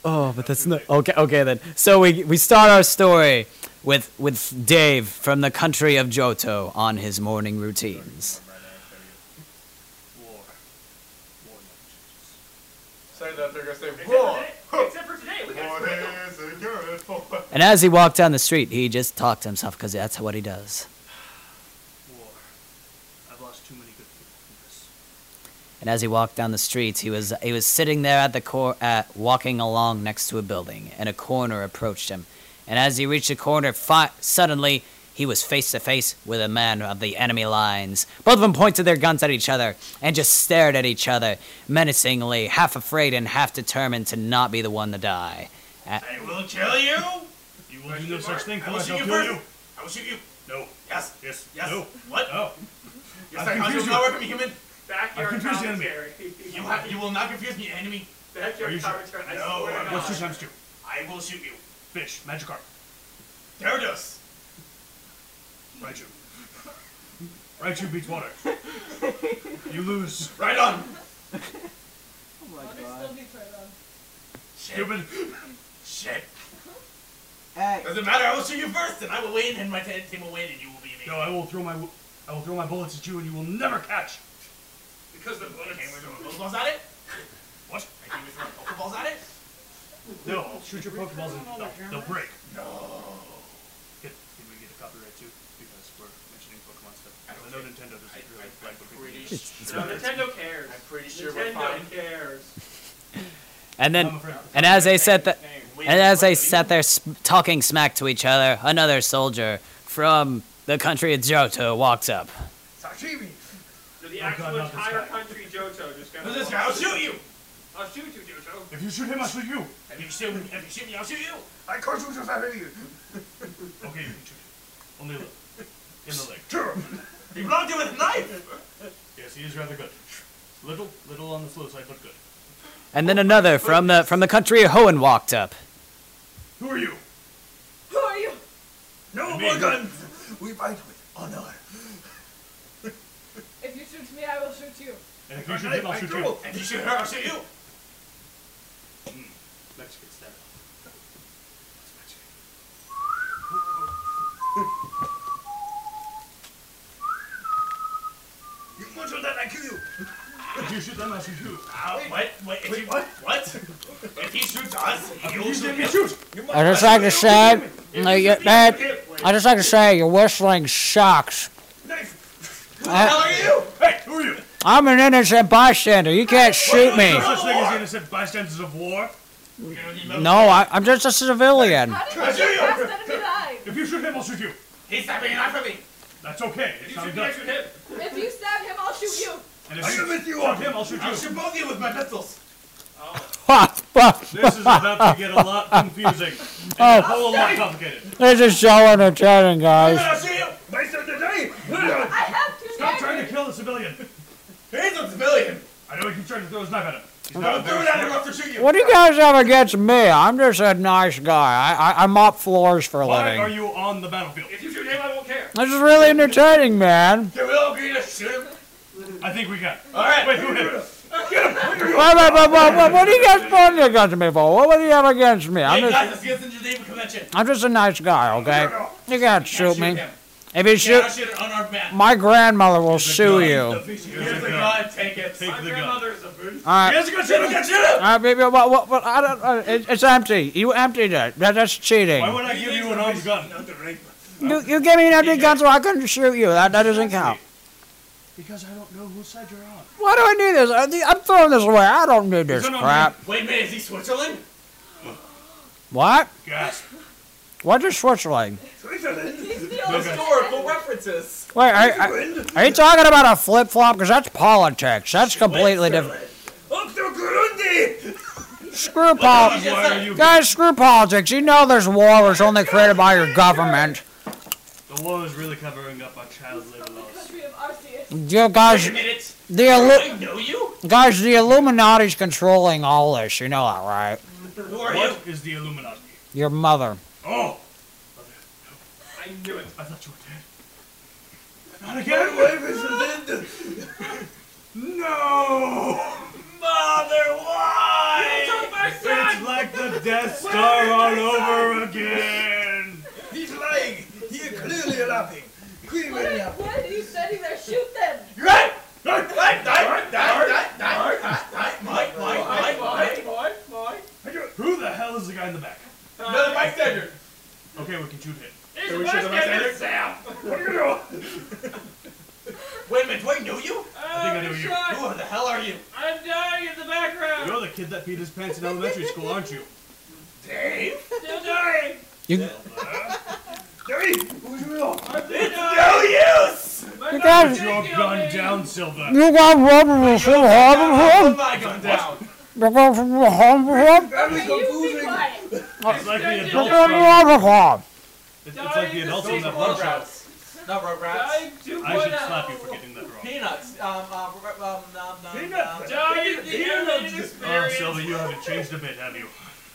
D: Oh, but that's not okay. Okay then. So we we start our story with with Dave from the country of Johto on his morning routines.
K: Say that, they're gonna say, Whoa!
C: Except for today, we
K: War.
J: And as he walked down the street, he just talked to himself because that's what he does.
C: I've lost too many good people from this.
J: And as he walked down the streets, he was he was sitting there at the cor- at walking along next to a building, and a corner approached him. And as he reached the corner, fi- suddenly he was face to face with a man of the enemy lines. Both of them pointed their guns at each other and just stared at each other menacingly, half afraid and half determined to not be the one to die. A-
B: I will kill you.
C: You will do no such thing.
B: I will
C: Come on,
B: shoot
C: I'll
B: you
C: kill
B: first.
C: you.
B: I will shoot you.
C: No.
B: Yes.
C: Yes.
B: Yes.
C: No.
B: What?
C: No.
B: Yes,
C: I've
B: I
C: confused
B: confuse
C: you.
B: you. Away from human. Back
C: I've confused the enemy.
B: You, ha- you will not confuse me, enemy. Back
C: your Are you sure?
B: commentary.
C: I
B: No.
C: swear
B: I
C: to
B: will
C: God.
B: shoot times two. I will shoot you.
C: Fish. Magikarp.
B: Gyarados.
C: Raichu. Raichu beats water. You lose.
B: Right on.
C: Stupid.
B: Shit. Doesn't matter. I will shoot you first, and I will win, and my t- team will win, and you will be me.
C: No, I will throw my I will throw my bullets at you, and you will never catch.
B: Because the bullets. Can we throw pokeballs at it? What? Can we throw pokeballs at it?
C: No, I'll shoot your Pokeballs and no, they'll break.
B: No.
C: Did, did we get a copyright too? Because we're mentioning Pokemon stuff. I, know Nintendo doesn't really like what we do.
J: It's
B: No,
J: weird.
B: Nintendo cares. I'm pretty sure
C: Nintendo
B: we're fine. cares.
J: And then, and as they sat, th- and as they sat there sp- talking smack to each other, another soldier from the country of Johto walks up.
B: Sashimi.
F: So the
C: Oh,
F: actual
C: God, not this
F: entire
C: guy.
F: country, Johto, just got.
B: No, this guy. I'll shoot you.
F: I'll shoot you, Johto.
C: If you shoot him, I'll shoot you.
B: If you shoot me, if you shoot me, I'll shoot you.
C: I can't shoot you, I you. Okay, you can shoot him. Only a little. In the leg.
B: Sure. He blocked you with a knife.
C: Yes, he is rather good. Little, little on the slow side, but good.
J: And then another from the from the country of Hoenn walked up.
C: Who are you?
E: Who are you?
B: No
C: Me.
B: more guns. We fight with honor.
E: If you shoot me, I will shoot you.
C: And if you shoot him, I'll shoot you.
B: If you shoot her, I'll shoot you.
C: Mexican style. That's Mexican.
B: You much on that, I kill you.
C: If you shoot them, I'll shoot you.
B: Ow, what? What? If you, what? What? if he shoots us, you'll
C: You
B: shoot
C: shoot
B: him.
C: me, shoot!
J: I just like to say, I just like to say, your whistling sucks.
B: Who the hell are you?
C: Hey, who are you?
J: I'm an innocent bystander. You can't shoot me.
C: No such thing as innocent bystanders of war.
J: No, I, I'm just a civilian.
E: How did
C: I see
E: you
C: you.
E: cast enemy line?
C: If you shoot him, I'll shoot you.
B: He's stabbing an eye for me.
C: That's okay. It's
B: You
C: not a
B: shoot me,
C: gun.
B: I shoot him.
E: If you stab him, I'll shoot you.
C: And
B: I
C: if you
B: am with you
C: shoot
B: all.
C: him, I'll shoot
B: I'll
C: you.
B: shoot both of you with my pistols.
C: This is about to get a lot confusing. And
B: Oh.
C: a whole lot complicated.
J: This is so entertaining, guys.
B: I'll shoot you. Based today.
E: I have two
C: Stop
E: daggers.
C: trying to kill the civilian.
B: He's a civilian.
C: I know he keeps trying to throw his knife at him. He's not
B: Don't throw it at him after shoot you.
J: What do you guys have against me? I'm just a nice guy. I, I, I mop floors for a
C: Why are
J: living.
C: you on the battlefield?
F: If you shoot him, I won't care.
J: This is really entertaining, man.
B: Can we all agree to shoot him?
C: I think we got. it.
B: All right.
C: Wait, who hit him?
J: What, what, what, what, what, what are you guys pointing against me for? What, what do you have against me? I'm
B: Hey
J: just,
B: guys, let's get into the Geneva Convention.
J: I'm just a nice guy, okay? You can't
B: Shoot
J: shoot me.
B: him.
J: If you
B: Shoot.
J: shoot,
B: shoot an unarmed man.
J: my grandmother will sue
C: gun.
J: you.
B: Here's a gun. Take it.
C: Take the gun.
F: Mother is a boot.
J: All right.
C: Yes, you can shoot him.
B: Shoot him. Shoot him.
J: All right, baby. What, what, what, I don't, uh, it, it's empty. You emptied it. That, that's cheating.
C: Why would I give you an armed gun?
B: Not the right one.
J: You, you gave me an empty gun so I couldn't shoot you. That, that doesn't count.
C: Because I don't know whose side you're on.
J: Why do I need this? I- I'm throwing this away. I don't need this
C: He's an
J: crap.
B: Wait a minute, is he Switzerland?
J: What?
C: Gasp.
J: What is Switzerland?
B: Switzerland?
E: He's the only
B: Historical references.
J: Wait, are, are, are you talking about a flip flop? Because that's politics. That's completely different.
B: Up to Burundi!
J: Screw
C: God,
J: politics.
C: why are you?
J: Guys, screw politics. You know there's war was only created by your government.
C: The war is really covering up our child labor
E: from the
C: laws.
E: country of Arceus.
J: You
B: Wait
J: guys,
B: a minute.
J: the
B: I
J: Illu-
B: know you?
J: guys, the Illuminati's controlling all this. You know that, right?
B: Who are you?
C: What is the Illuminati?
J: Your mother.
C: Oh,
F: I knew it.
C: I thought you were dead. Not again. Wave No.
B: Mother, why?
C: It's like the Death Star all over again.
B: He's lying. He's clearly laughing. Clearly
E: What are, what are you standing there? Shoot them.
B: You're right! Right, right, right, right, right, right, right, right, right, right, right, right, right.
F: Boy, boy.
C: Who the hell is the guy in the back?
F: Can we shoot them outside? What are you doing?
B: Wait a minute, do I know you?
C: I think I know you.
B: Who the hell are you?
F: I'm dying in the background.
C: You're the kid that peed his pants in elementary school, aren't you?
B: Dave?
F: Still dying.
J: You,
C: Dave! Who's real?
F: I'm still
B: No
F: dying.
B: use!
F: My
J: You
F: mother's
J: guys-
F: taking
C: You're
F: on
C: gone
F: me.
C: down, Silva.
J: you got rubber with your
B: Put
J: home
B: my gun down!
J: You got from your home home?
B: Family
E: You be
B: confusing!
E: quiet.
C: It's like the
J: You
C: adult
J: got
C: from,
J: rubber home.
C: it's, it's like the adults in
B: Not
C: that one shot.
B: Rugrats. Not Rugrats.
F: Dying 2.0.
C: I should slap you for getting that wrong.
B: Peanuts. Um, um, um, um, um, um.
F: Dying in the human
C: Oh,
F: experience.
C: Silva, you haven't changed a bit, have you?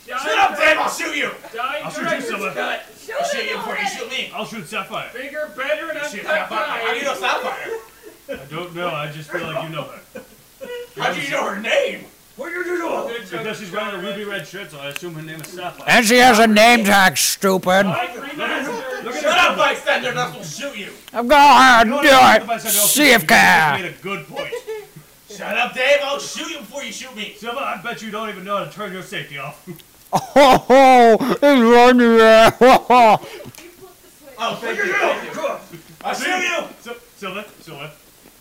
F: Dying
B: Shut up,
F: direct-
B: Dave! I'll shoot you!
F: Dying
C: I'll shoot you,
F: director's
C: Silva.
F: cut.
E: Show
B: I'll shoot
E: them
B: you before you
E: already.
B: shoot me!
C: I'll shoot Sapphire.
F: Bigger, better, and
B: Shit,
F: uncut
B: Sapphire. How do you know
F: dying.
B: Sapphire?
C: I don't know, I just feel like you know her.
B: How do you know her name? What are you doing?
C: Because she's wearing a ruby red shirt, so I assume her name is Sapphire.
J: And she has a name tag, stupid.
F: Dying remastered.
C: Look at
B: Shut
C: her.
B: up, bystander, and will shoot you!
J: I'm going
C: You know
J: to
C: what I think
J: do
C: about
J: it.
C: Sapphire Nelson?
J: See if
C: You just
J: can.
C: made a good point.
B: Shut up, Dave! I'll shoot you before you shoot me!
C: Silva, I bet you don't even know how to turn your safety off.
J: Ho ho, it's running there. Ho ho.
E: You flip the switch.
B: Oh, thank you, thank you. I'll shoot you!
C: Sil- Silva, Silva,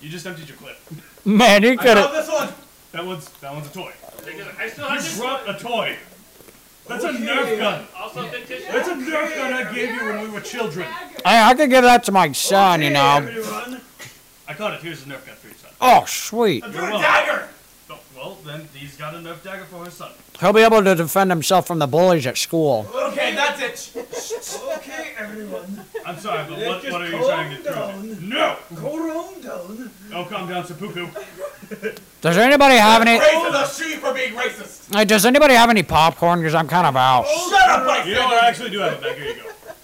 C: you just emptied your clip.
J: Man, he
B: I
J: could
B: love
J: have.
B: this one!
C: That one's that one's a toy.
F: I still
C: You
F: have this.
C: brought a toy. That's a Nerf gun.
F: Also, fictitious.
C: That's a Nerf gun I gave you when we were children.
J: I, I could give that to my son, you know.
C: Everyone. I caught it. Here's a Nerf gun for your son.
J: Oh, sweet.
B: You're a
C: welcome.
B: dagger!
C: Oh, well, then he's got a Nerf dagger for his son.
J: He'll be able to defend himself from the bullies at school.
B: Okay, that's it!
F: Okay, everyone.
C: I'm sorry, but what,
F: just
C: what are you
F: calm
C: trying to do? with it? No!
F: Go on down.
C: Oh, calm down, Seppuku.
J: Does anybody have any?
B: Racist, I'll shoot you for being racist!
J: Hey, does anybody have any popcorn? Because I'm kind of out.
B: Shut up,
C: You know, I
B: bystander!
C: actually do have it back. Here you go.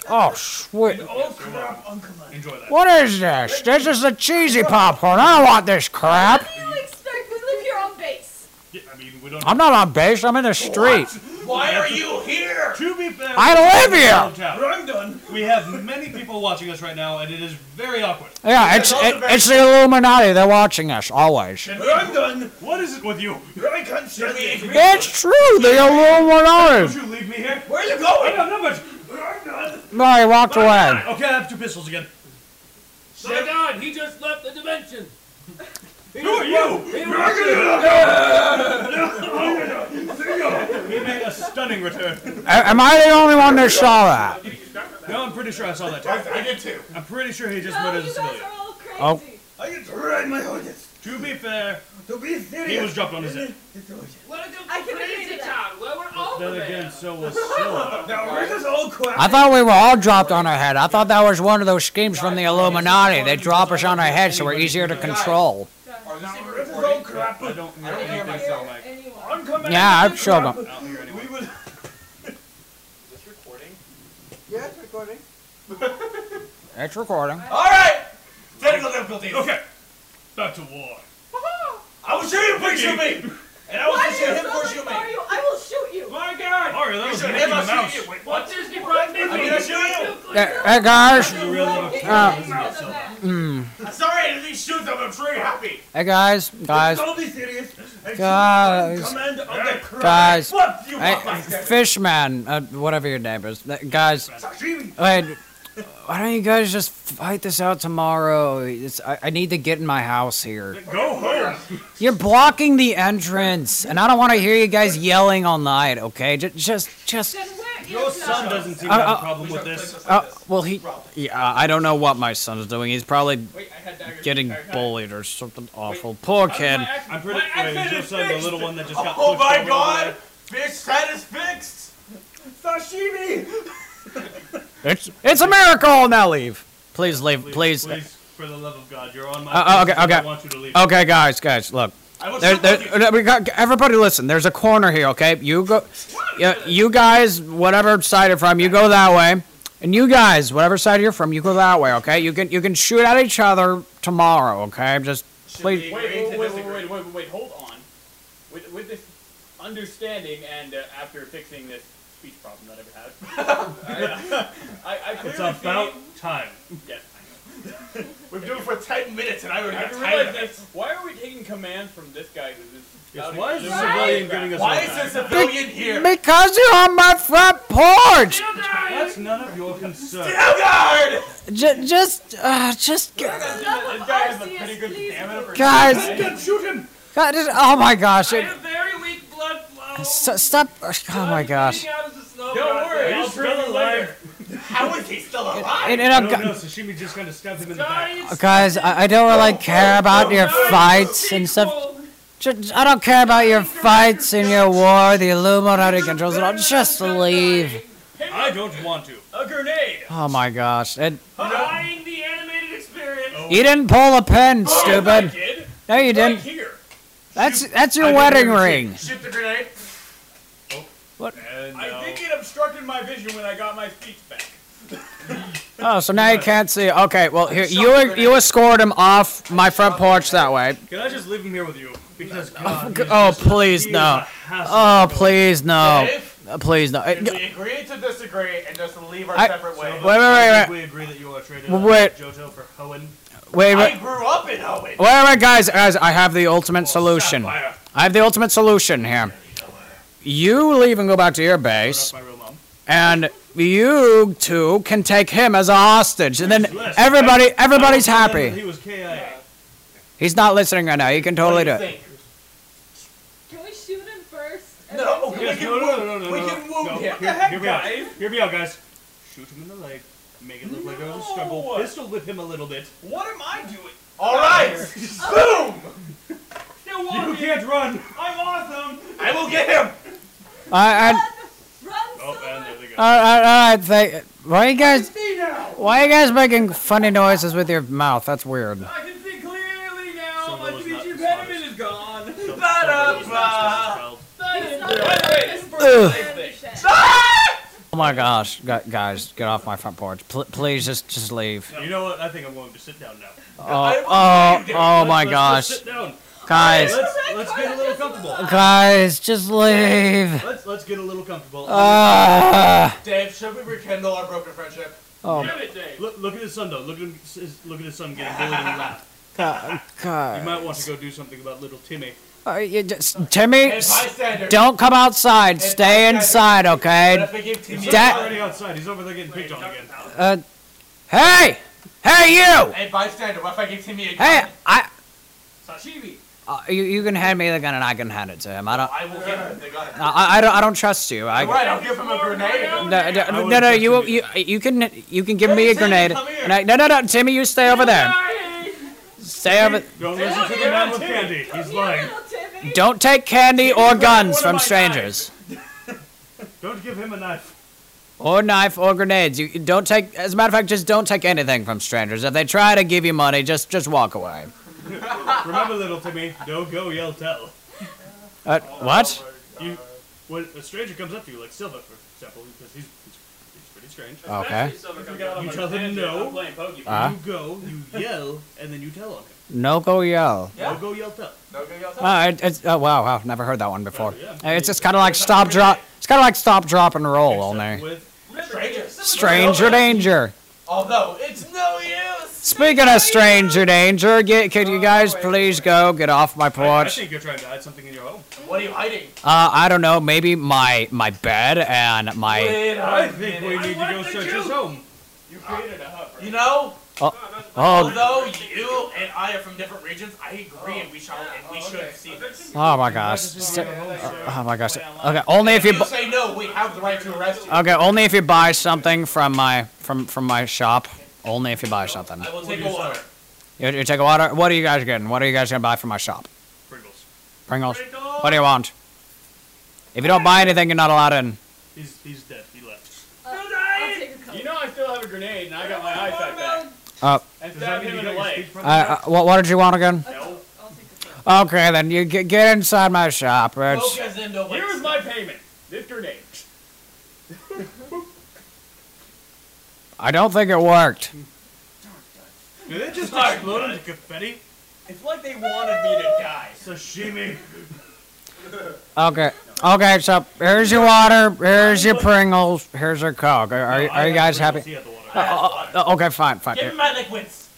J: Oh, sweet.
F: Oh crap, Uncle Mike.
C: Enjoy that.
J: What is this? This is the cheesy popcorn. I don't want this crap.
E: What do you expect? We live here on base.
C: Yeah, I mean, we don't.
J: I'm not on base. I'm in the street.
B: Why are you here?
C: To be fair,
J: I live here.
C: I'm done. We have many people watching us right now, and it is very awkward.
J: Yeah, it's it, it's the Illuminati. They're watching us always.
C: I'm done. What is it with you?
F: I can't
B: Should we agree?
J: It's true. The Illuminati.
C: Would you leave me here?
B: Where are you
C: I
B: going?
C: don't know much. I'm done.
J: No, he walked away.
C: Okay, I have two pistols again.
F: My God, he just left the dimension.
C: Who are you?
F: He was-
C: He made a stunning return.
J: A- am I the only one that saw that?
C: No, I'm pretty sure I saw that. too.
B: I did too.
C: I'm pretty sure he just
E: No,
C: murdered a
E: Oh, you guys
C: civilian.
E: are all crazy.
J: Oh.
B: I get to ride my horses.
C: To be fair,
B: To be serious.
C: he was dropped on his head.
F: What a
E: I can
F: crazy
E: relate to
F: town. Well, we're
E: Oh,
F: all
C: Then
F: there.
C: again, so was Scylla.
B: Now we're just all quiet.
J: I thought we were all dropped on our head. I thought that was one of those schemes from the Illuminati. They drop us on our head so we're easier to control.
B: Are you
F: This
B: recording?
F: is all crap.
C: I don't know
B: I don't
C: if you
B: hear
C: think
E: Here,
C: so, Mike.
E: anyone.
F: I'm coming.
J: Yeah,
F: out
J: I've
F: of the
J: showed
F: crap.
C: I
J: them.
C: don't hear anyone.
B: We would.
F: Is this recording?
L: Yeah, it's recording.
J: It's recording.
B: All right. Technical difficulties.
C: Okay, back to war.
E: Oh,
B: I will shoot you before you shoot me, and I will
E: Why do
B: shoot
E: you
B: him
E: sound
B: before you
E: like
B: shoot me.
E: Mario? I will shoot you.
F: My God.
C: Mario, that was
B: should
C: Mickey
B: have
C: the
B: us shoot
C: Mouse.
B: you. Wait,
F: What's his deprived
B: I'm
F: memory?
B: gonna shoot you.
J: Hey, hey, guys.
C: The real
E: Like,
C: one.
E: get
J: Uh,
E: your hands in the back.
B: I'm sorry, I didn't shoot them. I'm very happy.
J: Hey, guys. Guys.
B: Don't be serious. I
J: Guys.
B: Command of the crew.
J: Guys.
B: What you want,
J: Hey,
B: Mike?
J: Fishman. Uh, whatever your name is. Uh, Guys.
B: Sashimi.
J: Wait. Why don't you guys just fight this out tomorrow? It's, I, I need to get in my house here.
C: Go home.
J: You're blocking the entrance, and I don't want to hear you guys yelling all night. Okay, just, just, just.
E: Then where is
C: Your
E: the-
C: son doesn't seem to have
J: Uh,
C: a problem with this.
J: Uh, well, he. Yeah, I don't know what my son's doing. He's probably
F: Wait, I had daggers.
J: getting bullied or something awful. Poor kid.
C: I'm pretty. Wait, is your son the little one that just got
B: Oh
C: pushed
B: my
C: over
B: God! Fish head is fixed. Sashimi.
J: It's it's a miracle. Now leave. Please leave.
C: Please,
J: Please.
C: please, for the love of God, you're on my.
J: Uh, uh,
C: case,
J: okay,
C: and I
J: okay.
C: want you to leave.
J: Okay, guys, guys, look.
B: I will
J: There,
B: shoot both of you.
J: there, we got everybody. Listen, there's a corner here. Okay, you go. You, you guys, whatever side you're from, you go that way, and you guys, whatever side you're from, you go that way. Okay, you can you can shoot at each other tomorrow. Okay, just please.
F: Wait, wait, wait, wait, wait, wait, wait, wait, hold on. With, with this understanding and uh, after fixing this speech problem that I've had, I, I, I clearly
C: It's about
F: see-
C: time.
F: Yes,
B: We've been doing it for 10 minutes and I already
F: I
B: got tired
F: realize
B: of it.
F: this. Why are we taking commands from this guy who's
C: Yes,
F: out
C: why is this
E: Right?
C: civilian giving us
B: Why
C: all
B: is
C: time?
B: there a civilian here?
J: Because you're on my front porch.
C: That's none of your concern.
B: Oh,
J: Stilgard! J- just, uh, just. g-
B: This guy has a pretty good stamina for
J: Guys.
B: I can shoot him.
J: God, it- oh my gosh!
B: I
J: It,
B: have very weak blood flow.
J: so, stop! Oh my gosh!
B: Don't worry, I'll bring it later. How is he still alive?
J: And- and I've
F: I
J: got-
F: don't know. Sashimi just kind of stabbed him in the
J: Uh,
F: back.
J: Guys, I, I don't really care about your fights and stuff. Ju- ju- I don't care about your fights and your war. The Illuminati controls it all. Just leave.
F: I don't want to.
B: A grenade.
J: Oh my gosh! It,
B: Denying the animated experience.
F: Oh.
J: you didn't pull a pin,
B: Oh, I
J: stupid.
B: did.
J: No, you
B: Right
J: didn't.
B: here.
J: That's that's
B: I
J: your
B: didn't
J: wedding
B: even see
J: ring.
B: Shoot the grenade.
J: What?
B: I think it obstructed my vision when I got my speech back.
J: Oh, so now you can't see. Okay, well here you you escort him off my front porch that way.
C: Can I just leave him here with you? Because
J: Oh,
C: God,
J: g- oh please no. Oh please no. Uh, Please no. Uh,
B: If
J: g-
B: we agree to disagree and just leave our
J: I-
B: separate ways.
J: Wait, wait, wait, wait.
C: we agree that you are a traitor.
J: Wait.
C: Johto for Hoenn.
J: Wait,
B: I
J: wait,
B: grew up in Owen.
J: wait, wait, guys, guys. I have the ultimate solution.
C: uh,
J: I have the ultimate solution here. You leave and go back to your base, and you two can take him as a hostage, and then everybody, everybody's
C: I don't remember
J: happy.
C: He was KIA.
J: He's not listening right now. You can totally do it.
E: Can we shoot him first?
B: No, we
E: okay.
B: can
C: no, no, no,
B: wound-
C: no,
B: we
C: no.
B: can wound
C: No,
B: him.
C: here-
B: What the heck,
C: hear me out.
B: guys?
C: Hear me out, guys. Shoot him in the leg. Make it look like a struggle. Pistol whip him a little bit.
B: What am I doing? All right. Boom. Still
C: You
B: walking.
C: can't run.
B: I'm awesome. I will get him.
J: I, I,
B: Oh,
J: All right, all right, thank, why are you guys? Why are you guys making funny noises with your mouth? That's weird.
B: I can see clearly now.
C: Silver
B: my
C: was
B: speech
C: not
B: impediment is gone.
C: Silver was not
B: Ba-da-ba.
C: Smashed
J: Ugh.
B: Ah!
J: Oh my gosh, Gu- guys, get off my front porch, Pl- please. Just, just leave.
C: You know what? I think I'm going to sit down now.
J: Oh, oh, oh my
C: Let's
J: gosh,
C: just sit down.
J: guys,
C: Let's, let's get a little comfortable.
J: guys, just leave.
C: Let's let's get a little comfortable.
J: Uh, Ah.
B: Dave, should we rekindle our broken friendship?
J: Oh.
B: Damn it, Dave.
C: look, look at his son though. Look at him, his, look at his son getting bullied in the lap.
J: God,
C: You might want
J: God.
C: to go do something about little Timmy.
J: Uh, you just- Timmy,
B: And
J: s-
B: bystander.
J: don't come outside. Stay inside,
B: But
J: okay?
B: if we give Timmy
C: He's
J: Dad-
C: already outside. He's over there getting picked on again.
J: Uh, hey, hey, you.
B: Hey, bystander, what if I give Timmy a
J: Hey,
B: gun?
J: I.
B: Sashimi!
J: Uh, you, you can hand me the gun and I can hand it to him. I don't.
B: I will give him the gun.
J: I, I don't. I don't trust you. I.
B: Right, I'll give him a grenade.
J: No, no, no, no, you, you, you can, you can give
B: Hey,
J: me a
B: Timmy,
J: grenade.
B: come here.
J: And I- no, no, no, Timmy, you stay over there. Stay over.
C: Don't listen to the man with candy. He's lying.
J: Don't take candy or
C: one of
J: guns
C: my
J: from strangers,
C: Don't give him a knife.
J: or knife or grenades. You you don't take. As a matter of fact, just don't take anything from strangers. If they try to give you money, just, just walk away.
C: Remember, little Timmy, don't go yell tell.
J: Uh, what?
C: You, when a stranger comes up to you, like Silva, for example, because he's he's, he's pretty strange.
J: Okay.
C: You tell him no.
J: Uh,
C: You go, you yell, and then you tell on him.
J: no go yell.
C: Don't go yell tell.
B: No gun, y'all
J: Uh, it, it's, oh wow, wow, never heard that one before. Uh, It's just kind of like stop, drop. It's kind of like stop, drop, and roll only.
C: With
B: Strangers.
J: Stranger danger.
B: Although, it's no use!
J: Speaking of stranger danger, get, could you guys please go get off my
C: I, I
J: porch? Uh,
C: think you're trying to hide something in your home.
B: What are you hiding?
J: I don't know, maybe my my bed and my.
B: Wait a
C: I think we
B: minute.
C: need to go search his home.
B: You created a hub, You know,
J: Oh,
B: although you and I are from different regions, I agree and we shall and we should see this.
J: oh my gosh! St- Oh my gosh! Okay, only if you.
B: If you
J: Bu-
B: say no, we have the right to arrest you.
J: okay, only if you buy something from my from from my shop. Only if you buy something.
B: I will take a water.
J: You, you take a water. What are you guys getting? What are you guys gonna buy from my shop?
C: Pringles.
J: Pringles. What do you want? If you don't buy anything, you're not allowed in.
C: He's he's dead. He left.
E: I'll take a couple.
B: know I still have a grenade and I got my eyesight back.
J: Uh,
B: And
C: Does that mean you got your speech
J: uh, uh, what what did you want again?
E: I'll take a couple.
J: Okay, then you get, get inside my shop. It's,
B: Focus into
F: Here's my payment. This grenade.
J: I don't think it worked.
C: Did they just
B: Sorry,
C: explode
B: bud.
C: into confetti?
B: It's like they wanted me to die.
C: Sashimi.
J: Okay, okay. So here's your water. Here's your Pringles. Here's your Coke. Are, are,
C: I
J: are you
C: had Pringles,
J: guys happy?
C: He had the water.
J: Uh, uh, okay, fine, fine.
B: Give me
J: Here-
B: my liquids.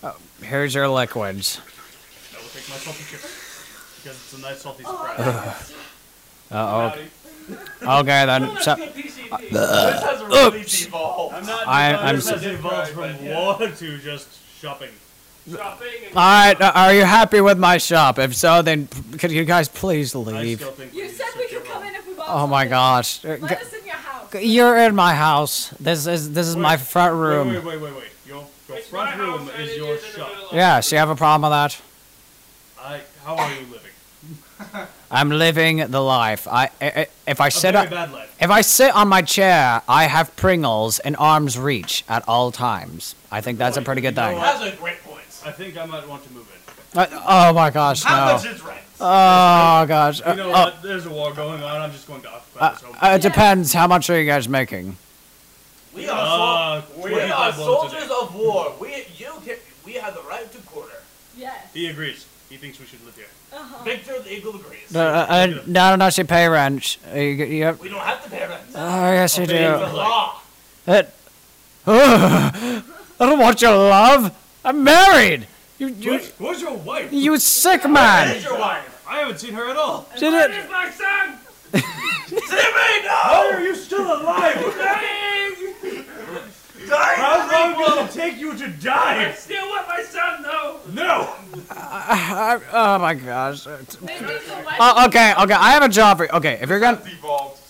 J: Here's your liquids.
C: I will take my salty chip because it's a nice salty
E: Oh,
C: surprise.
E: I'll take a couple.
J: Uh, okay. okay then. So,
B: Good PC.
J: Uh,
B: has really
J: oops.
B: devolved. I'm not
J: I,
B: denying
J: I'm
B: this
J: so-
B: has devolved from
C: war to just shopping.
B: Shopping
J: All right, uh, are you happy with my shop? If so, then p- could you guys please
C: I
J: leave?
C: still think
E: You said we could come in if we bought
J: Oh my gosh, Uh,
E: something. Let us in your house.
J: g- you're in my house. This is this is my front room.
C: Wait, wait, wait, wait. Your, your front room is your shop.
J: Yes, you have a problem with that?
C: I, how are you living?
J: I'm living the life. I, I- I if I sit
C: very
J: on-
C: bad life.
J: if I sit on my chair, I have Pringles in arm's reach at all times. I think that's a pretty good thing.
C: That's a great point. I think I might want to move in.
J: Uh, oh my gosh, no.
C: How much is rent?
J: Oh gosh.
C: You know
J: Uh,
C: what? There's a war going on. I'm just going to occupy
J: uh,
C: this home.
J: uh, it depends. How much are you guys making?
B: We are, sol-
C: Uh,
B: we
C: 25
B: are
C: blows
B: soldiers of war. We you can, we have the right to quarter.
E: Yes.
C: He agrees. He thinks we should live here.
E: Uh-huh.
B: Victor the Eagle agrees.
J: Uh, uh, no, no, no, you pay rent. Uh, You, you have,
B: We don't have to pay rent.
J: oh yes, you
B: Obeying the
J: do.
B: law.
J: It, Ugh, I don't want your love. I'm married. You, you,
C: Where's, where's your wife?
J: you sick
C: Where's
J: man.
C: your wife? I haven't seen her at all.
J: Did it?
C: my son?
B: Timmy,
C: How
B: no!
C: are you still alive? How long will it take you to die?
F: still want my son, though!
C: No!
J: I- I- oh my gosh.
E: Maybe the wife
J: Oh, okay, okay. I have a job for you. Okay, if you're gonna.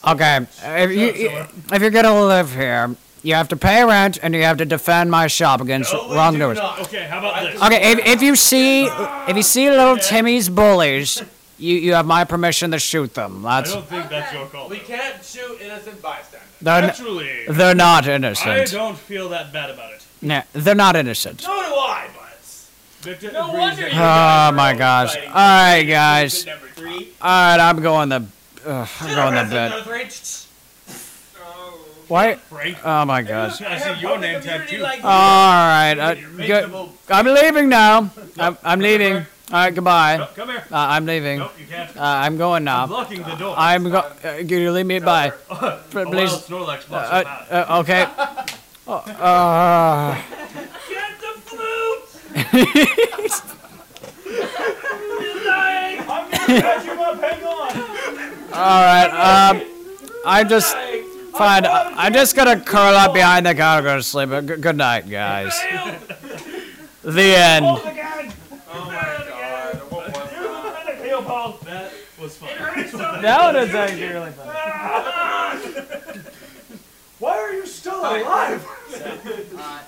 J: Okay, if you if you're gonna live here, you have to pay rent and you have to defend my shop against wrongdoers.
C: Okay, how about this?
J: Okay, if, if you see if you see little Timmy's bullies, you, you have my permission to shoot them.
C: I
J: That's
C: don't think that's your call.
B: We can't shoot innocent bystanders.
J: they're n-
C: Actually,
J: they're not
C: I
J: innocent.
C: don't feel that bad about it.
J: No, they're not innocent.
B: So do I, but
C: Victor
B: no
C: agrees
B: wonder
C: that-
B: you
J: Oh my gosh! All right, guys.
B: number three.
J: All right, I'm going the uh, I'm going the bed. Why?
C: Frank.
J: Oh my gosh!
C: I see your name tag too.
J: All right, uh, go, I'm leaving now. I'm, I'm leaving. All right, goodbye.
C: No,
J: Uh,
C: come here.
J: I'm leaving.
C: Nope,
J: Uh,
C: you can't.
J: I'm going
C: I'm
J: now.
C: blocking the door.
J: I'm go. Uh, can you leave me? Bye.
C: A wild
J: please.
C: Snorlax blocks
J: Uh,
C: the
J: uh,
C: path.
J: uh, okay. Oh, uh,
B: Get the flute!
J: all right. Um, I'm just fine. I'm just gonna curl up behind the counter, go to sleep. Uh, Good good night, guys. The end.
C: Oh, That was fun.
J: That was actually really funny.
C: Why are you still alive?
M: Uh,